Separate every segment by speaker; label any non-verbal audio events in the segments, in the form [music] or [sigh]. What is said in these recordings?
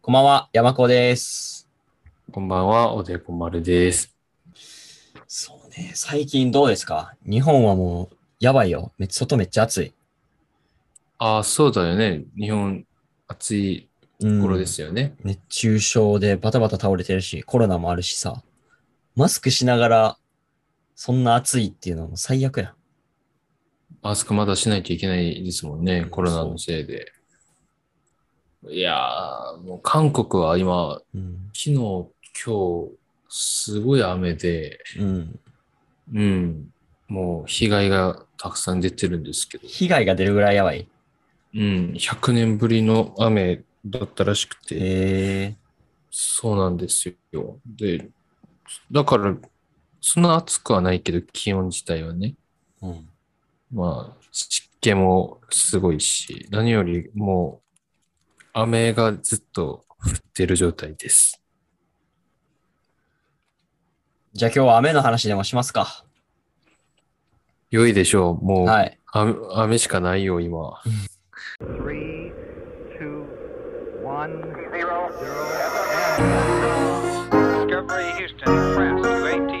Speaker 1: こんばんは、山子です。
Speaker 2: こんばんは、おでこまるです。
Speaker 1: そうね、最近どうですか日本はもう、やばいよ。めっちゃ外めっちゃ暑い。
Speaker 2: ああ、そうだよね。日本、暑い
Speaker 1: うん
Speaker 2: 頃ですよね。
Speaker 1: 熱中症でバタバタ倒れてるし、コロナもあるしさ。マスクしながら、そんな暑いっていうのはもう最悪やん。
Speaker 2: マスクまだしないといけないですもんね。コロナのせいで。いやー、もう韓国は今、
Speaker 1: うん。
Speaker 2: 昨日、今日、すごい雨で、
Speaker 1: うん。
Speaker 2: うん、もう被害がたくさん出てるんですけど、
Speaker 1: 被害が出るぐらいやばい。
Speaker 2: うん、100年ぶりの雨だったらしくて、
Speaker 1: へえ。
Speaker 2: そうなんですよ。で、だから、そんな暑くはないけど、気温自体はね、
Speaker 1: うん。
Speaker 2: まあ、湿気もすごいし、何よりもう、雨がずっと降ってる状態です。
Speaker 1: じゃあ今日は雨の話でもしますか。
Speaker 2: 良いでしょう、もう、
Speaker 1: はい。
Speaker 2: 雨雨しかないよ、今。
Speaker 3: Three, two, one, zero, Discovery Houston Press to ATO.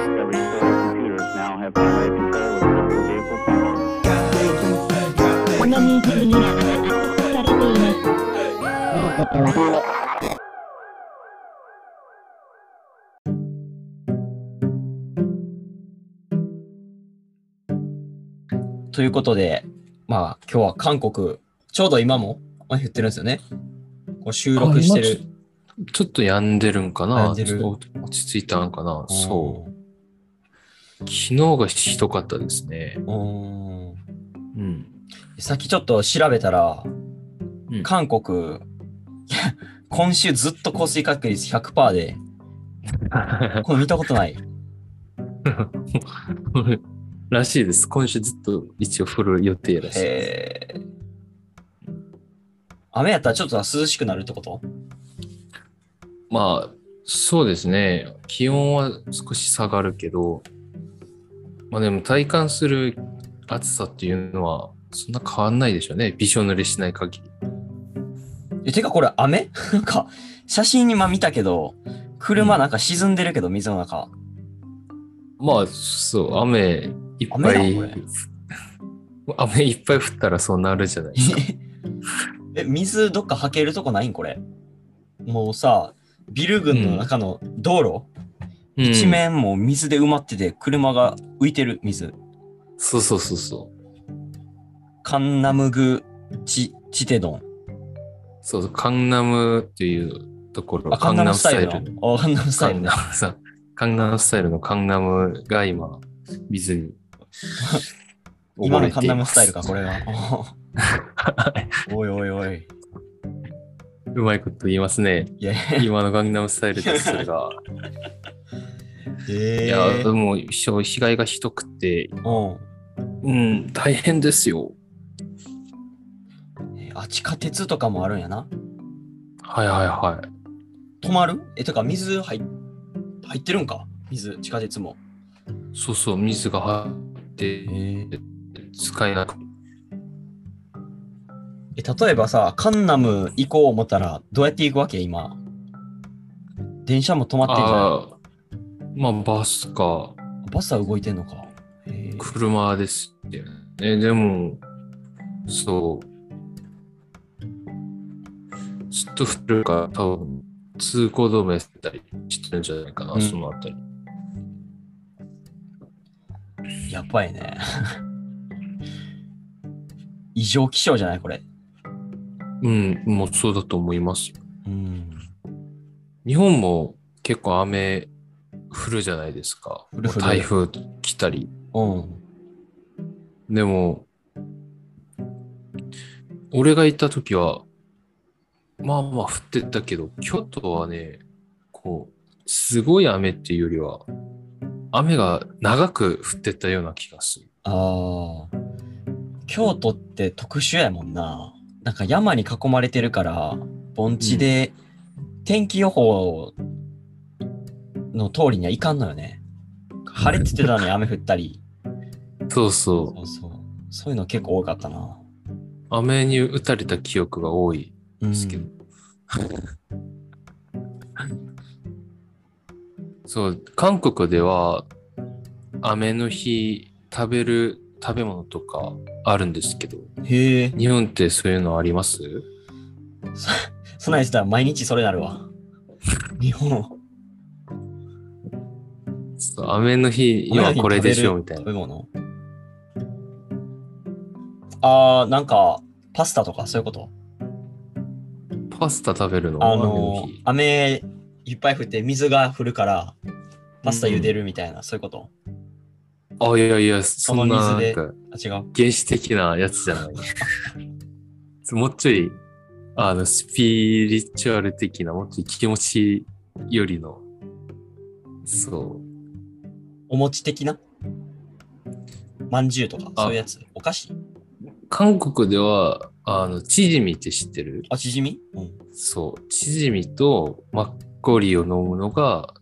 Speaker 4: Discovery Solar computers now have primary control of critical vehicle functions.
Speaker 5: このニーズには発されています。
Speaker 1: ということで、まあ今日は韓国、ちょうど今も雨降ってるんですよね。こう収録して
Speaker 2: あ
Speaker 1: る
Speaker 2: 今。ちょっと病んでるんか
Speaker 1: 病
Speaker 2: な、
Speaker 1: んでる。
Speaker 2: ちょっと落ち着いたんかな、そうう。昨日がひどかったですね。
Speaker 1: うん [laughs]
Speaker 2: うん。
Speaker 1: さっきちょっと調べたら、
Speaker 2: うん
Speaker 1: 韓国、いや今週ずっと降水確率100%で、これ見たこと
Speaker 2: [laughs]
Speaker 1: ない。
Speaker 2: らしいです。今週ずっと一応降る予定らしいです。
Speaker 1: えー、雨やったらちょっとは涼しくなるってこと
Speaker 2: まあ、そうですね。気温は少し下がるけど、まあでも体感する暑さっていうのはそんな変わんないでしょうね。びしょ濡れしない限り。
Speaker 1: えてかこれ雨 [laughs] なんか、写真今見たけど、車なんか沈んでるけど、水の
Speaker 2: [laughs]
Speaker 1: 中。
Speaker 2: まあ、そう、雨いっぱ
Speaker 1: 雨
Speaker 2: い
Speaker 1: だこれ、
Speaker 2: 雨いっぱい降ったらそうなるじゃないですか。
Speaker 1: え、水どっかはけるとこないんこれ。もうさ、ビル群の中の道路、
Speaker 2: うん
Speaker 1: [laughs] 一面もう水で埋まってて、車が浮いてる水。
Speaker 2: そうそうそうそう。
Speaker 1: カンナムグチチテドン。
Speaker 2: そうそう、カンナムっていうところ、
Speaker 1: あ、カンナムスタイルの。あ、カンナムスタ
Speaker 2: カ
Speaker 1: イル
Speaker 2: ン
Speaker 1: ね
Speaker 2: ナ。ムさん、カンナムスタイルのカンナムが今、水に
Speaker 1: [laughs] 今
Speaker 2: 溺
Speaker 1: の
Speaker 2: れ
Speaker 1: カン
Speaker 2: てい
Speaker 1: ナ
Speaker 2: ま
Speaker 1: ムス
Speaker 2: す
Speaker 1: タイルか、これが。 [laughs] おいおいおい。
Speaker 2: うまいこと言います
Speaker 1: [laughs]
Speaker 2: ね。
Speaker 1: いや、
Speaker 2: 今のカンナムスタイルですそれが。
Speaker 1: [laughs]
Speaker 2: い
Speaker 1: え
Speaker 2: や、で
Speaker 1: ー、
Speaker 2: も、被害がひどくて、
Speaker 1: うん。
Speaker 2: うん、大変ですよ。
Speaker 1: えあ、地下鉄とかもあるんやな。
Speaker 2: はいはいはい。
Speaker 1: 止まるえ、てか、水入っ入ってるんか水、地下鉄も。
Speaker 2: そうそう、水が入って、使えなくて。
Speaker 1: え、例えばさ、カンナム行こう思ったら、どうやって行くわけ今。電車も止まってんじゃない
Speaker 2: ああ、まあ、バスか、
Speaker 1: バスは動いてんのか。えー
Speaker 2: 車ですよね。でも、そう。ずっと降るから、多分通行止めしたりしてるんじゃないかな、
Speaker 1: うん
Speaker 2: そのあたり。
Speaker 1: やばいね。異常気象じゃないこれ。
Speaker 2: うん、もうそうだと思いますよ。
Speaker 1: うん。
Speaker 2: 日本も結構雨降るじゃないですか。
Speaker 1: 降る降る
Speaker 2: 台風来たり。
Speaker 1: うん。
Speaker 2: でも、俺が行った時は、まあまあ降ってたけど、京都はね、こう、すごい雨っていうよりは、雨が長く降ってたような気がする。
Speaker 1: ああ。京都って特殊やもんな。なんか山に囲まれてるから、盆地で天気予報の通りにはいかんのよね。晴れててたのに雨降ったり。
Speaker 2: そう
Speaker 1: そ
Speaker 2: そ
Speaker 1: うそう。そういうの結構多かったな。
Speaker 2: う。雨に打たれた記憶が多い
Speaker 1: うん
Speaker 2: ですけど。 [laughs] そう、韓国では、雨の日食べる食べ物とかあるんですけど、
Speaker 1: へえ。
Speaker 2: 日本ってそういうのあります
Speaker 1: そそないしたら毎日それなるわ。日本。
Speaker 2: そう雨の日にはこれでしょうみたい
Speaker 1: 食
Speaker 2: な。
Speaker 1: べ物あー、なんか、パスタとかそういうこと
Speaker 2: パスタ食べるの
Speaker 1: あ
Speaker 2: 雨
Speaker 1: の
Speaker 2: の
Speaker 1: ー
Speaker 2: 日、。
Speaker 1: 雨いっぱい降って水が降るから、パスタ茹でるみたいな、そういうこと
Speaker 2: あ、いやいや、そんな、
Speaker 1: その
Speaker 2: なん
Speaker 1: 水で
Speaker 2: か、
Speaker 1: あ、違う。
Speaker 2: 原始的なやつじゃない。もうちょい、 [laughs] あの、スピリチュアル的な、もっと気持ちよりの、そ
Speaker 1: お餅的なまんじゅうとか、
Speaker 2: あ
Speaker 1: そういうやつ。お菓子
Speaker 2: う。韓国では、あの、チヂミって知ってる
Speaker 1: あ、チヂミうん。
Speaker 2: そう。チヂミとマッコリを飲むのが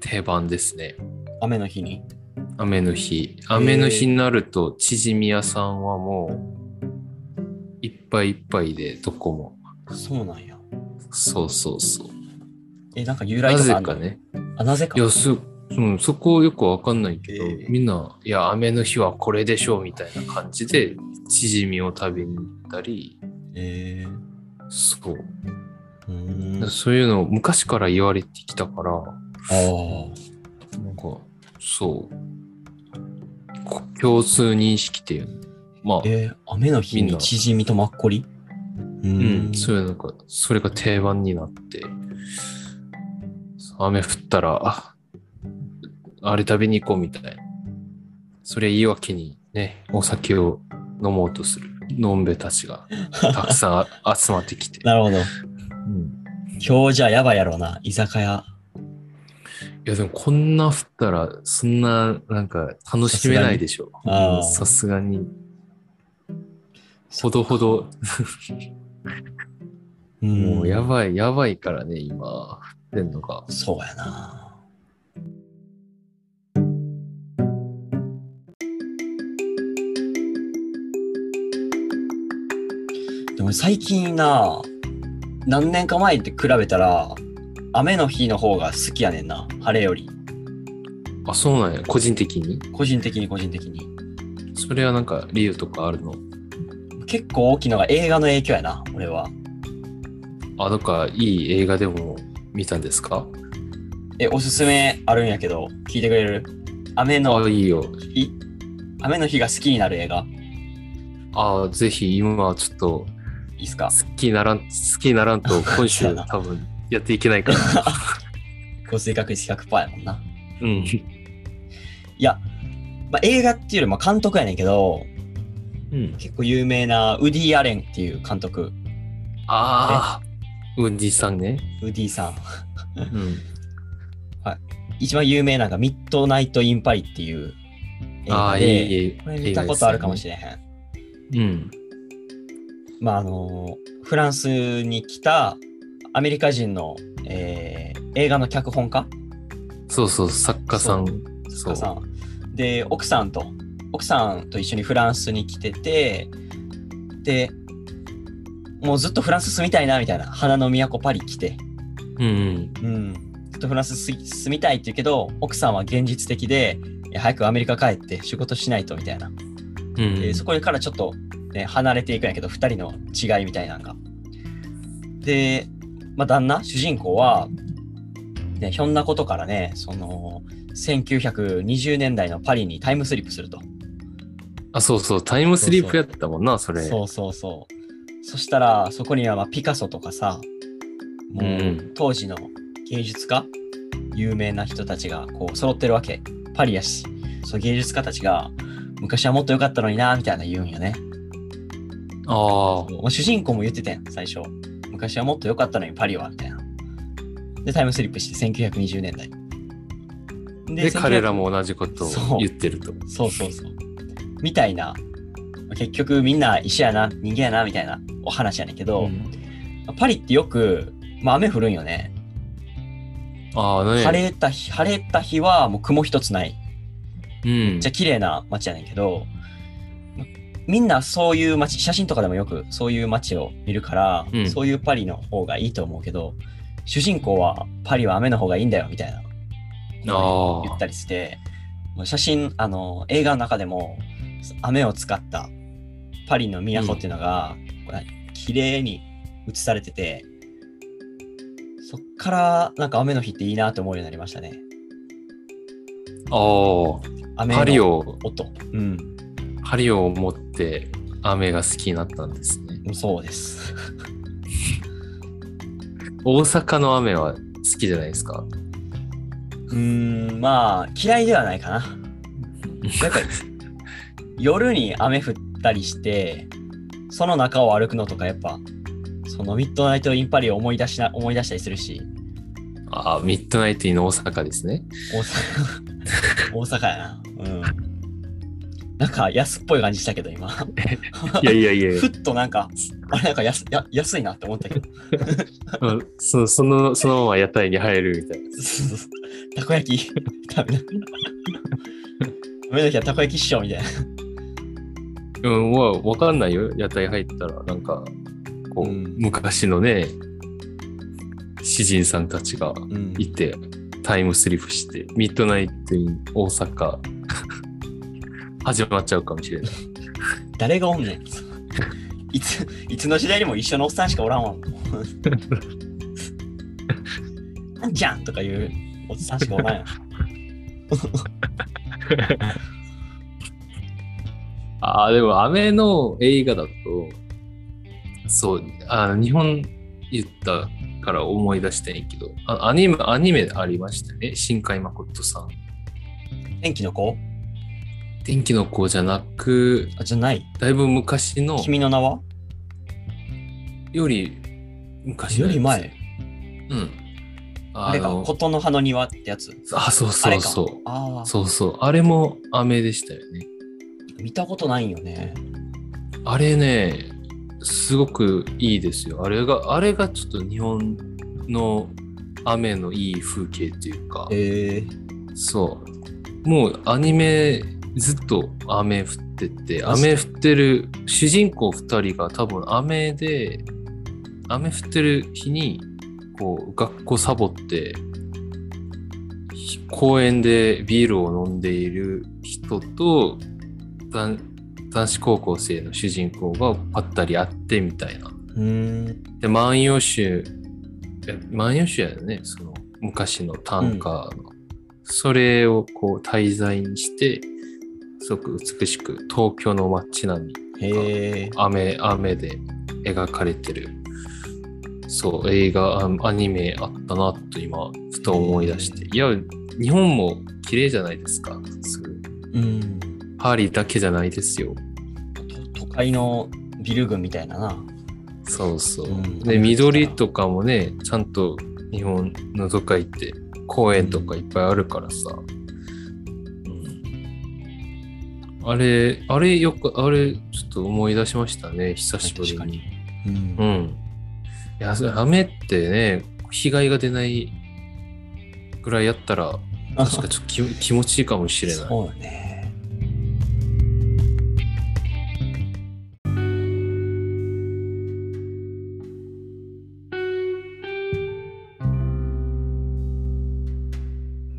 Speaker 2: 定番ですね。
Speaker 1: 雨の日に。
Speaker 2: 雨の日。雨の日になると、チヂミ屋さんはもう、いっぱいいっぱいで、どこも。
Speaker 1: そうなんや。
Speaker 2: そうそうそう。
Speaker 1: え、なんか由来と
Speaker 2: な
Speaker 1: か
Speaker 2: ぜ
Speaker 1: あんの
Speaker 2: かね。
Speaker 1: あ、なぜか
Speaker 2: い。や、そ、うん、そこよくわかんないけど、
Speaker 1: えー
Speaker 2: みんな、いや、雨の日はこれでしょうみたいな感じで、チヂミを食べに行ったり、
Speaker 1: えー
Speaker 2: そう。
Speaker 1: うーん。
Speaker 2: そういうの、昔から言われてきたから、
Speaker 1: あー
Speaker 2: なんか、そう。こ共通認識っていうの。まあ、
Speaker 1: えー雨の日
Speaker 2: みん
Speaker 1: に
Speaker 2: な
Speaker 1: チヂミとマッコリう
Speaker 2: う
Speaker 1: ー
Speaker 2: ん、そういうのが、それが定番になって、雨降ったら、ああれ食べに行こうみたいな。それ言い訳にね、お酒を飲もうとする、のんべたちがたくさんあ集まってきて。
Speaker 1: [laughs] なるほど。
Speaker 2: うん
Speaker 1: 今日じゃやばいやろうな、居酒屋。
Speaker 2: いや、でもこんな降ったら、そんな、なんか、楽しめないでしょ
Speaker 1: あ。ー
Speaker 2: さすがに。ほどほど、
Speaker 1: うん
Speaker 2: もうやばい、やばいからね、今、降ってんのが。
Speaker 1: そうやな。でも最近な、何年か前って比べたら、雨の日の方が好きやねんな、晴れより。
Speaker 2: あ、そうなんや、個人的に。
Speaker 1: 個人的に個人的に。
Speaker 2: それはなんか理由とかあるの
Speaker 1: 結構大きいのが映画の影響やな、俺は。
Speaker 2: あ、なんかいい映画でも見たんですか
Speaker 1: え、おすすめあるんやけど、聞いてくれる雨
Speaker 2: あ、
Speaker 1: の
Speaker 2: いいよ。
Speaker 1: 日、雨の日が好きになる映画、
Speaker 2: あ、ぜひ今はちょっと
Speaker 1: いいっすか
Speaker 2: 好きにならん、好きにならんと
Speaker 1: [laughs]
Speaker 2: 今週多分やっていけないから。
Speaker 1: 降水確率100%やもんな。
Speaker 2: うん。
Speaker 1: いや、まあ、映画っていうよりも監督やねんけど、
Speaker 2: うん、
Speaker 1: 結構有名なウディ・アレンっていう監督、
Speaker 2: ああ、ウンディさんね。
Speaker 1: ウディさん。
Speaker 2: うん。
Speaker 1: 一番有名なのがミッドナイト・イン・パリっていう映
Speaker 2: あ
Speaker 1: 画
Speaker 2: あ、
Speaker 1: で、
Speaker 2: いい映
Speaker 1: こ
Speaker 2: 画
Speaker 1: れ
Speaker 2: ですね
Speaker 1: 見たことあるかもしれへん。
Speaker 2: うん。
Speaker 1: まああの、フランスに来たアメリカ人の、えー映画の脚本家
Speaker 2: そうそう、作家さん。
Speaker 1: 作
Speaker 2: そう
Speaker 1: 家さんで奥さんと奥さんと一緒にフランスに来ててでもうずっとフランス住みたいなみたいな花の都パリ来て、
Speaker 2: うん。
Speaker 1: うん、ずっとフランスす住みたいって言うけど奥さんは現実的でいや早くアメリカ帰って仕事しないとみたいな、
Speaker 2: うん。
Speaker 1: でそこからちょっと、ね、離れていくんやけど2人の違いみたいなのがで、まあ、旦那主人公は、ね、ひょんなことからねその1920年代のパリにタイムスリップすると
Speaker 2: あ、そうそう、タイムスリープやったもんな、それ。
Speaker 1: そうそうそうそしたらそこにはまあピカソとかさも
Speaker 2: う
Speaker 1: うん当時の芸術家、有名な人たちがこう揃ってるわけパリやしそう芸術家たちが昔はもっと良かったのになみたいな言うんよね
Speaker 2: あ
Speaker 1: まあ主人公も言ってたやん最初昔はもっと良かったのにパリはみたいなでタイムスリップして1920年代
Speaker 2: あ。で、彼ら
Speaker 1: も
Speaker 2: も同じことを言ってると。
Speaker 1: そうそうそう。みたいな、結局みんな一緒やな、人間やな、みたいなお話やねんけど、
Speaker 2: うん
Speaker 1: パリってよく、まあ雨降るんよね。
Speaker 2: ああ、何
Speaker 1: 晴れた日、晴れた日はもう雲一つない。
Speaker 2: うん
Speaker 1: めっちゃ綺麗な街やねんけど、みんなそういう街、写真とかでもよくそういう街を見るから、
Speaker 2: うん
Speaker 1: そういうパリの方がいいと思うけど、主人公はパリは雨の方がいいんだよみたいな
Speaker 2: あ
Speaker 1: 言っ
Speaker 2: あ
Speaker 1: たりして、もう写真、あの、映画の中でも雨を使ったパリの都っていうのが、これ綺麗に映されてて、そっからなんか雨の日っていいなと思うようになりましたね。
Speaker 2: あー
Speaker 1: 雨
Speaker 2: 針
Speaker 1: の
Speaker 2: を
Speaker 1: 音。うん、
Speaker 2: 針を持って雨が好きになったんですね
Speaker 1: そうです。
Speaker 2: 大阪の雨は好きじゃないですか
Speaker 1: うーん、まあ、嫌いではないかな。やっぱり、夜に雨降ったりして、その中を歩くのとか、やっぱ、そのミッドナイト・イン・パリを思い出しな、思い出したりするし、
Speaker 2: ああミッドナイトイン大阪ですね
Speaker 1: 大阪、大阪やな。うん。なんか安っぽい感じしたけど、今。
Speaker 2: いやいやいや
Speaker 1: ふっとなんか、あれなんか安や安いなって思ったけど、
Speaker 2: [laughs]
Speaker 1: [laughs]
Speaker 2: うんそそのそのまま屋台に入るみたいな
Speaker 1: たこ焼き食べながら。 [laughs] 雨の日はたこ焼き師匠みたいな。
Speaker 2: うんわわかんないよ屋台入ったらなんかこう、
Speaker 1: うん
Speaker 2: 昔のね詩人さんたちが
Speaker 1: うん
Speaker 2: いてタイムスリップしてミッドナイトイン大阪 [laughs] 始まっちゃうかもしれない
Speaker 1: 誰がおんねん。いつ、いつの時代にも一緒のおっさんしかおら
Speaker 2: [laughs]
Speaker 1: んわ。なんじゃんとかいうおっさんしかおらんよ。
Speaker 2: ああでもアメの映画だとそうあ日本言ったから思い出したんやけどあアニメアニメありましたね新海誠さん
Speaker 1: 天気の子
Speaker 2: 天気の子じゃなく
Speaker 1: あじゃない。
Speaker 2: だいぶ昔の
Speaker 1: 君の名は
Speaker 2: より昔
Speaker 1: よ
Speaker 2: のやつ
Speaker 1: り前。
Speaker 2: うん
Speaker 1: あ
Speaker 2: あ
Speaker 1: れか、
Speaker 2: の
Speaker 1: 琴の葉の庭ってやつ。
Speaker 2: あそう
Speaker 1: あ
Speaker 2: そ
Speaker 1: れ
Speaker 2: う
Speaker 1: か
Speaker 2: そう。
Speaker 1: ああ、
Speaker 2: そうそう。あれも飴でしたよね。
Speaker 1: 見たことないよね。
Speaker 2: あれね、すごくいいですよ。あれが、あれがちょっと日本の雨のいい風景っていうか、
Speaker 1: えー、
Speaker 2: そう。もうアニメずっと雨降ってて、
Speaker 1: マジ
Speaker 2: 雨降ってる主人公2人が多分雨で、雨降ってる日に、こう、学校サボって、ひ公園でビールを飲んでいる人と、男男子高校生の主人公がぱったり会ってみたいな。
Speaker 1: うーん。
Speaker 2: で、万葉集、え万葉集やね、その昔の短歌の、それをこう題材にして、すごく美しく東京の街並み、
Speaker 1: へえ
Speaker 2: 雨、雨で描かれてる、そう、映画、あアニメあったなと今、ふと思い出して、いや、日本も綺麗じゃないですか、すごい
Speaker 1: うん
Speaker 2: パリだけじゃないですよ。
Speaker 1: と。都会のビル群みたいなな。
Speaker 2: そうそう。
Speaker 1: うん
Speaker 2: で、緑とかもね、ちゃんと日本のどっか行って、公園とかいっぱいあるからさ。うんあれ、あれよく、あれ、ちょっと思い出しましたね、久しぶり
Speaker 1: 確か
Speaker 2: に。
Speaker 1: に。うん
Speaker 2: う。ん。いや、それ雨ってね、被害が出ないぐらいやったら、確かちょっと気気持ちいいかもしれない。
Speaker 1: そうだね。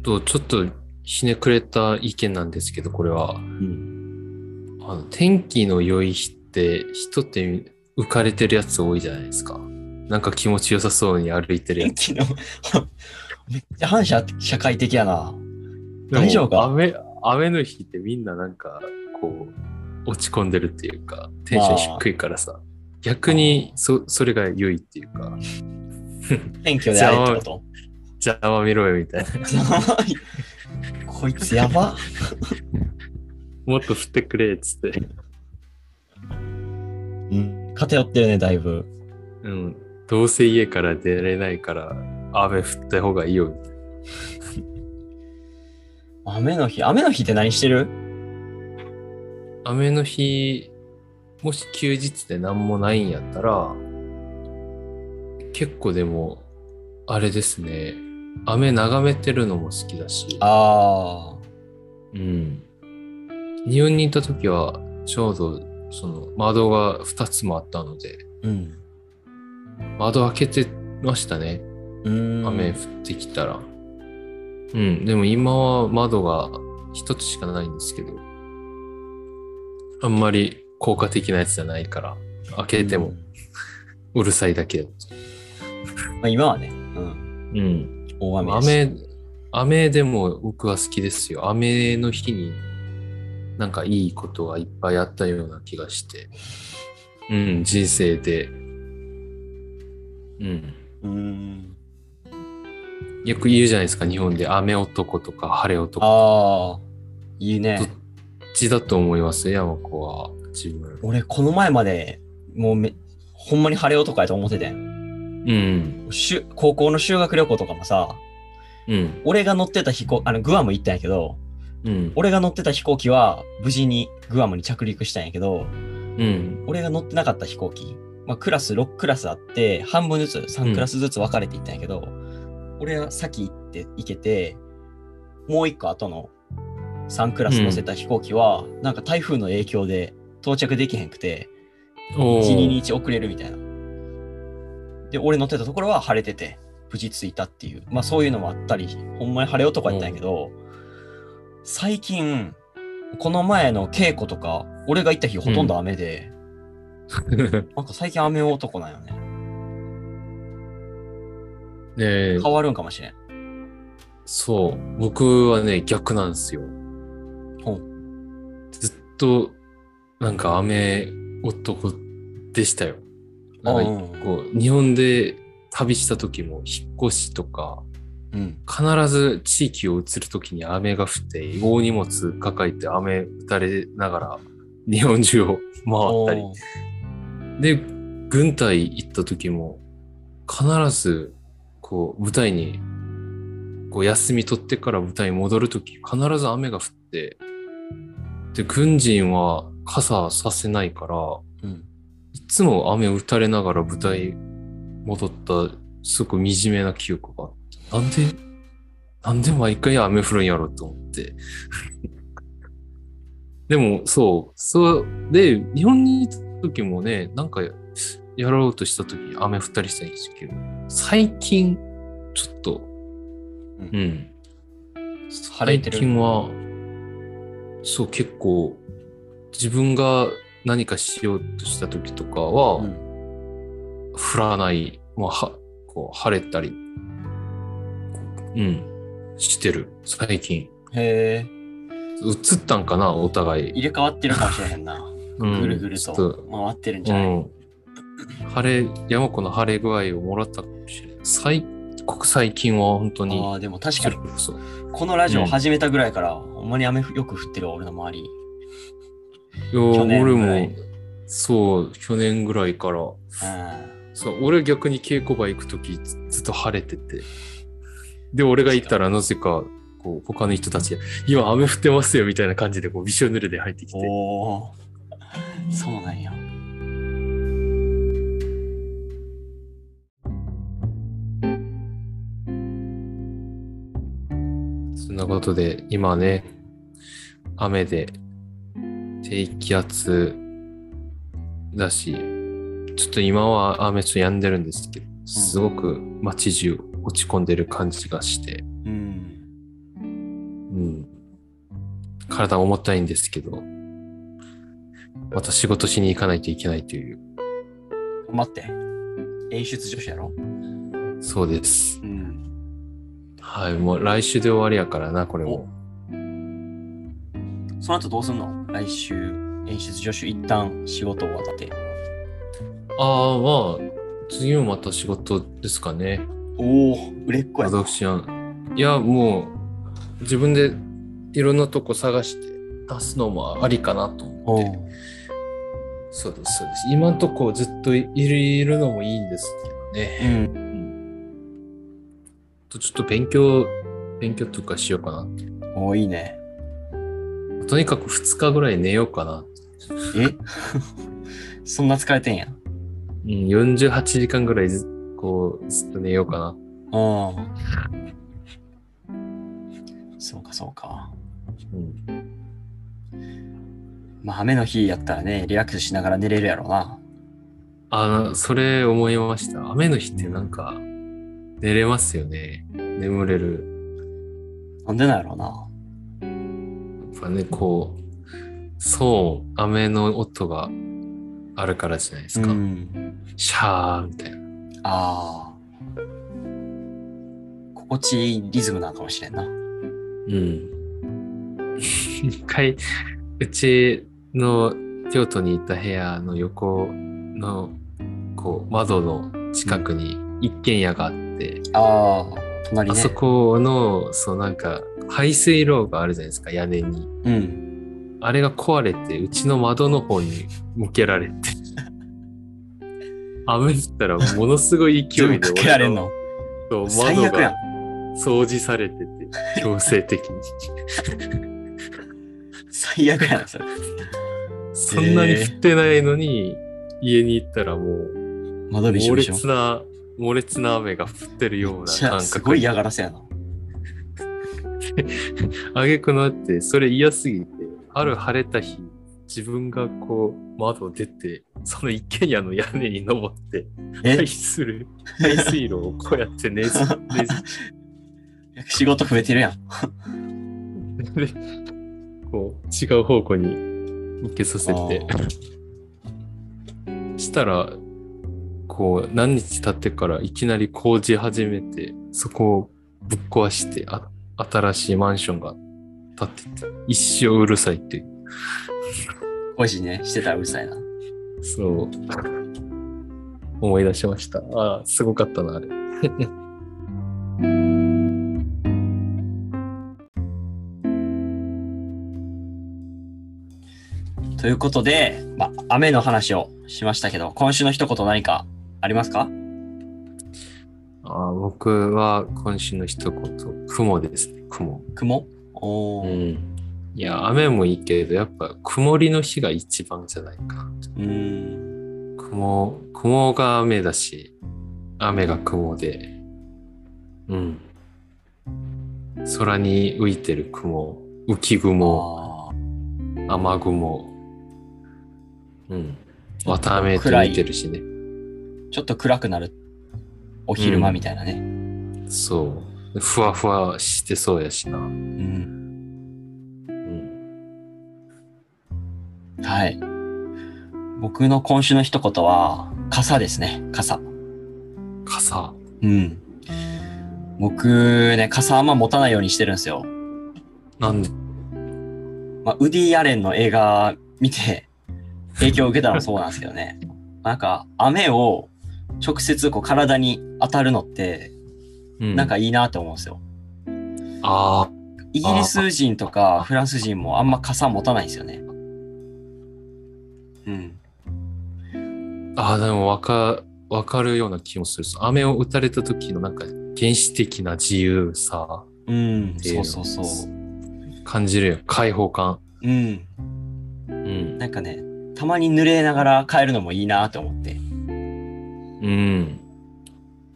Speaker 2: とちょっとひねくれた意見なんですけどこれは、あの天気の良い日って人って浮かれてるやつ多いじゃないですかなんか気持ちよさそうに歩いてるや
Speaker 1: 天
Speaker 2: つ
Speaker 1: 気の [laughs] めっちゃ反社社会的やな。大丈夫か
Speaker 2: でも雨雨の日ってみんななんかこう落ち込んでるっていうかテンション低いからさ、逆にそそれが良いっていうか
Speaker 1: 天気をやれってこと
Speaker 2: 邪魔見ろよみたいな
Speaker 1: [laughs]
Speaker 2: [laughs]
Speaker 1: こいつやば。
Speaker 2: もっと降ってくれっつって
Speaker 1: うん。偏ってるね、だいぶ。
Speaker 2: うん、どうせ家から出れないから雨降った方がいいよみたいな
Speaker 1: 雨の日、雨の日って何してる
Speaker 2: 雨の日もし休日で何もないんやったら結構でもあれですね雨眺めてるのも好きだし、
Speaker 1: ああ。
Speaker 2: うん、日本にいた時はちょうどその窓が2つもあったので、
Speaker 1: うん。
Speaker 2: 窓開けてましたね。
Speaker 1: うーん。
Speaker 2: 雨降ってきたら。うん、でも今は窓が1つしかないんですけど、あんまり効果的なやつじゃないから、開けてもうるさいだけ。
Speaker 1: うん。まあ、今はね、うん。
Speaker 2: うん。
Speaker 1: 大雨です。
Speaker 2: 雨、雨でも僕は好きですよ。雨の日になんかいいことがいっぱいあったような気がして。うん、人生で。うん。
Speaker 1: うーん。
Speaker 2: よく言うじゃないですか、日本で雨男とか晴れ男。
Speaker 1: ああ、いいね
Speaker 2: ど。っちだと思います、山子は。自分。
Speaker 1: 俺、この前まで、もうめ、ほんまに晴れ男やと思っててん。
Speaker 2: うん。
Speaker 1: しゅ高校の修学旅行とかもさ、
Speaker 2: うん。
Speaker 1: 俺が乗ってた飛行、あの、グアム行ったんやけど、
Speaker 2: うん。
Speaker 1: 俺が乗ってた飛行機は、無事にグアムに着陸したんやけど、
Speaker 2: うん。
Speaker 1: 俺が乗ってなかった飛行機、まあ、クラス6クラスあって半分ずつ3クラスずつ分かれていったんやけど、俺は先行って行けてもう1個後の3クラス乗せた飛行機は、なんか台風の影響で到着できへんくて
Speaker 2: お
Speaker 1: 12
Speaker 2: ー
Speaker 1: 日遅れるみたいなで俺乗ってたところは晴れてて無事着いたっていうまあそういうのもあったりほんまに晴れ男やったんやけど、最近この前の稽古とか俺が行った日ほとんど雨で、なんか最近雨男なんよね。
Speaker 2: ね [laughs] え
Speaker 1: 変わるんかもしれん。
Speaker 2: そう。僕はね、逆なんですよ。
Speaker 1: ほう
Speaker 2: ずっと、なんか雨男でしたよ。なんか
Speaker 1: うん
Speaker 2: こう、日本で旅した時も、引っ越しとか、
Speaker 1: うん。
Speaker 2: 必ず地域を移る時に雨が降って、大荷物抱えて雨打たれながら、日本中を回った
Speaker 1: おー
Speaker 2: り。で、軍隊行った時も、必ず、こう、舞台に、こう、休み取ってから舞台に戻る時、必ず雨が降って、で、軍人は傘させないから、
Speaker 1: うん。
Speaker 2: いつも雨打たれながら舞台戻った、すごく惨めな記憶があって、なんで、なんで毎回雨降るんやろと思って。 [laughs] でも、そう、そう、で、日本にいた時もね、なんかやろうとした時に雨降ったりしたんですけど、最近、ちょっと、
Speaker 1: う
Speaker 2: うん。
Speaker 1: 晴れてる
Speaker 2: 最近は、そう、結構、自分が何かしようとした時とかは、
Speaker 1: うん
Speaker 2: 降らない、まあ、はこう晴れたり、こううん、してる、最近。
Speaker 1: へえ。
Speaker 2: 映ったんかな、お互い。
Speaker 1: 入れ替わってるかもしれへんな。
Speaker 2: う
Speaker 1: ぐ
Speaker 2: ん
Speaker 1: るぐる
Speaker 2: ちょ
Speaker 1: と
Speaker 2: っと
Speaker 1: 回ってるんじ
Speaker 2: う
Speaker 1: ゃない、
Speaker 2: ん。晴れ、山子の晴れ具合をもらったかもしれない。最、ここ最近は本当
Speaker 1: あ
Speaker 2: に、
Speaker 1: あ、でも確
Speaker 2: そ
Speaker 1: か
Speaker 2: れ
Speaker 1: に、
Speaker 2: こそ。
Speaker 1: このラジオ始めたぐらいから、ほんまに雨ふよく降ってるわ俺の周り。
Speaker 2: いやー、
Speaker 1: 去年
Speaker 2: 俺
Speaker 1: ぐらい
Speaker 2: も、そう、去年ぐらいから、
Speaker 1: うん。
Speaker 2: そう、俺逆に稽古場行くときずずっと晴れてて。で、俺が行ったらなぜか、こう、他の人たち、今雨降ってますよみたいな感じで、こう、びしょ濡れで入ってきて。
Speaker 1: おお。そうなんや。
Speaker 2: そんなことで、今ね、雨で、低気圧だし、ちょっと今は雨ちょっと止んでるんですけど、すごく街中落ち込んでる感じがして、
Speaker 1: うん。
Speaker 2: うん。体重たいんですけど、また仕事しに行かないといけないという、
Speaker 1: 待って。演出女子やろ
Speaker 2: そうです。
Speaker 1: うん。
Speaker 2: はい、もう来週で終わりやからな、これ
Speaker 1: お
Speaker 2: も。
Speaker 1: その後どうすんの来週、演出女子一旦仕事終わって。
Speaker 2: ああ、まあ、次もまた仕事ですかね。
Speaker 1: おお、売れっ子やな。
Speaker 2: 私はいや、もう、自分でいろんなとこ探して出すのもありかなと思って。
Speaker 1: お
Speaker 2: そうです、そうです。今んとこずっといるいるのもいいんですけどね。
Speaker 1: うん。
Speaker 2: ちょっと勉強、勉強とかしようかな。
Speaker 1: おーいいね。
Speaker 2: とにかく2日ぐらい寝ようかな。
Speaker 1: え [laughs] そんな疲れてんや。
Speaker 2: うん、48時間ぐらいずこうずっと寝ようかな。
Speaker 1: うん。そうか、そうか。
Speaker 2: うん、
Speaker 1: まあ、雨の日やったらね、リラックスしながら寝れるやろうな。
Speaker 2: あの、それ思いました。雨の日ってなんか、寝れますよね。眠れる。
Speaker 1: なんでなんやろうな。
Speaker 2: やっぱね、こう、そう、雨の音があるからじゃないですか。
Speaker 1: うん。
Speaker 2: シャーみたいな。
Speaker 1: ああ。心地いいリズムなんかもしれんな。
Speaker 2: うん。 [laughs] 一回、うちの京都にいた部屋の横の、こう、窓の近くに一軒家があって、
Speaker 1: ああ、隣
Speaker 2: あ
Speaker 1: ね。
Speaker 2: そこの、そうなんか、排水路があるじゃないですか、屋根に。
Speaker 1: うん。
Speaker 2: あれが壊れて、うちの窓の方に向けられて。雨だったらものすごい勢
Speaker 1: 全
Speaker 2: い
Speaker 1: 部か
Speaker 2: で
Speaker 1: けられんの。
Speaker 2: そう
Speaker 1: 最
Speaker 2: 窓
Speaker 1: 悪や
Speaker 2: が
Speaker 1: ん。
Speaker 2: 掃除されてて、強制的
Speaker 1: [laughs]
Speaker 2: に。
Speaker 1: 最悪やん、それ。
Speaker 2: そんなに降ってないのに、家に行ったらもう、
Speaker 1: 窓びしょ
Speaker 2: 猛
Speaker 1: びしょ。
Speaker 2: 烈な、猛烈な雨が降ってるような
Speaker 1: じゃ
Speaker 2: 感
Speaker 1: あす
Speaker 2: 覚
Speaker 1: ごい
Speaker 2: に。
Speaker 1: 嫌がらせやな。
Speaker 2: あげくなって、それ嫌すぎて、ある晴れた日、自分がこう、窓出て、その一軒家の屋根に登って、
Speaker 1: え
Speaker 2: 排する排水路をこうやってねじね
Speaker 1: 仕事増えてるやん。
Speaker 2: じでこう違う方向に向けさせて
Speaker 1: あ
Speaker 2: したらこう何日経ってからいきなり工事始めてそこをぶっ壊してあ新しいマンションが建ってて一生うるさいっていう
Speaker 1: 工事ね、してたらうるさいな。
Speaker 2: そう思い出しましたああすごかったなあれ
Speaker 1: ということで、まあ、雨の話をしましたけど、今週の一言何かありますか
Speaker 2: ああ僕は今週の一言雲ですね雲
Speaker 1: 雲お
Speaker 2: う
Speaker 1: ー。
Speaker 2: んいや、雨もいいけど、やっぱ曇りの日が一番じゃないか。
Speaker 1: うーん。
Speaker 2: 雲、雲が雨だし、雨が雲で、うん。空に浮いてる雲、浮雲、
Speaker 1: あ
Speaker 2: 雨雲、うん。綿雨と浮いてるしね。
Speaker 1: ーちょっと暗くなるお昼間みたいなね。
Speaker 2: そう。ふわふわしてそうやしな。う
Speaker 1: うん。
Speaker 2: ん。
Speaker 1: はい。僕の今週の一言は、傘ですね。傘。
Speaker 2: 傘。
Speaker 1: うん。僕ね、傘あんま持たないようにしてるんですよ。
Speaker 2: なんで、
Speaker 1: まあ、ウディ・アレンの映画見て影響を受けたのもそうなんですけど
Speaker 2: [laughs]
Speaker 1: ね。なんか雨を直接こう体に当たるのって
Speaker 2: う
Speaker 1: なんか、いいなと思うんですよ。
Speaker 2: ああ、
Speaker 1: イギリス人とかフランス人もあんま傘持たないんですよね。うん。
Speaker 2: ああ、でもわか、わかるような気もする。その雨を打たれた時のなんか原始的な自由さ、
Speaker 1: うん、
Speaker 2: ってい
Speaker 1: そう
Speaker 2: の
Speaker 1: そうそう。
Speaker 2: 感じるよ。開放感。
Speaker 1: うん。
Speaker 2: うん。
Speaker 1: なんかね、たまに濡れながら帰るのもいいなと思って。
Speaker 2: うん。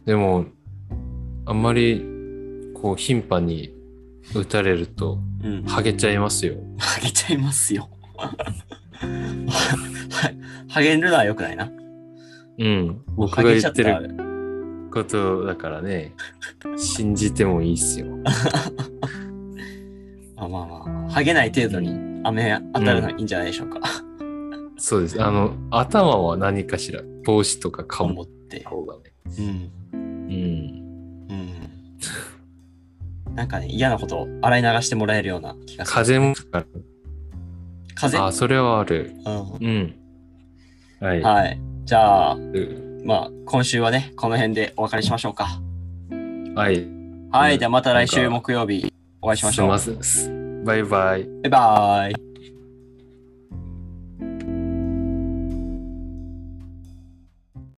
Speaker 2: でも、あんまり、こう、頻繁に打たれると、
Speaker 1: うん。
Speaker 2: ハゲちゃいますよ。
Speaker 1: はげちゃいますよ。 [laughs] はげるのは良くないな。
Speaker 2: うん。僕
Speaker 1: は
Speaker 2: が
Speaker 1: げち
Speaker 2: 言
Speaker 1: ゃ
Speaker 2: っ
Speaker 1: った
Speaker 2: て
Speaker 1: ら
Speaker 2: ることだからね、信じてもいいっすよ。
Speaker 1: まあまあまあ、ハゲない程度に雨当たるのいいんじゃないでしょうか。
Speaker 2: そうです。あの、頭は何かしら、帽子とかか
Speaker 1: 思
Speaker 2: ぶっ
Speaker 1: って
Speaker 2: た。方がね。
Speaker 1: うん。
Speaker 2: うん。
Speaker 1: うん。なんかね、嫌なことを洗い流してもらえるような気がする。
Speaker 2: 風も吹くから
Speaker 1: 風
Speaker 2: あ、それはある。
Speaker 1: う
Speaker 2: うん。はい。
Speaker 1: ん。はい。じゃあ、
Speaker 2: う
Speaker 1: まあ、今週はね、この辺でお別れしましょうか。
Speaker 2: はい。
Speaker 1: は
Speaker 2: う
Speaker 1: い。
Speaker 2: ん
Speaker 1: ではまた来週
Speaker 2: なん
Speaker 1: 木曜日お
Speaker 2: お
Speaker 1: 会いしましょう。
Speaker 2: すいません。バイバイ。
Speaker 1: バイバイ。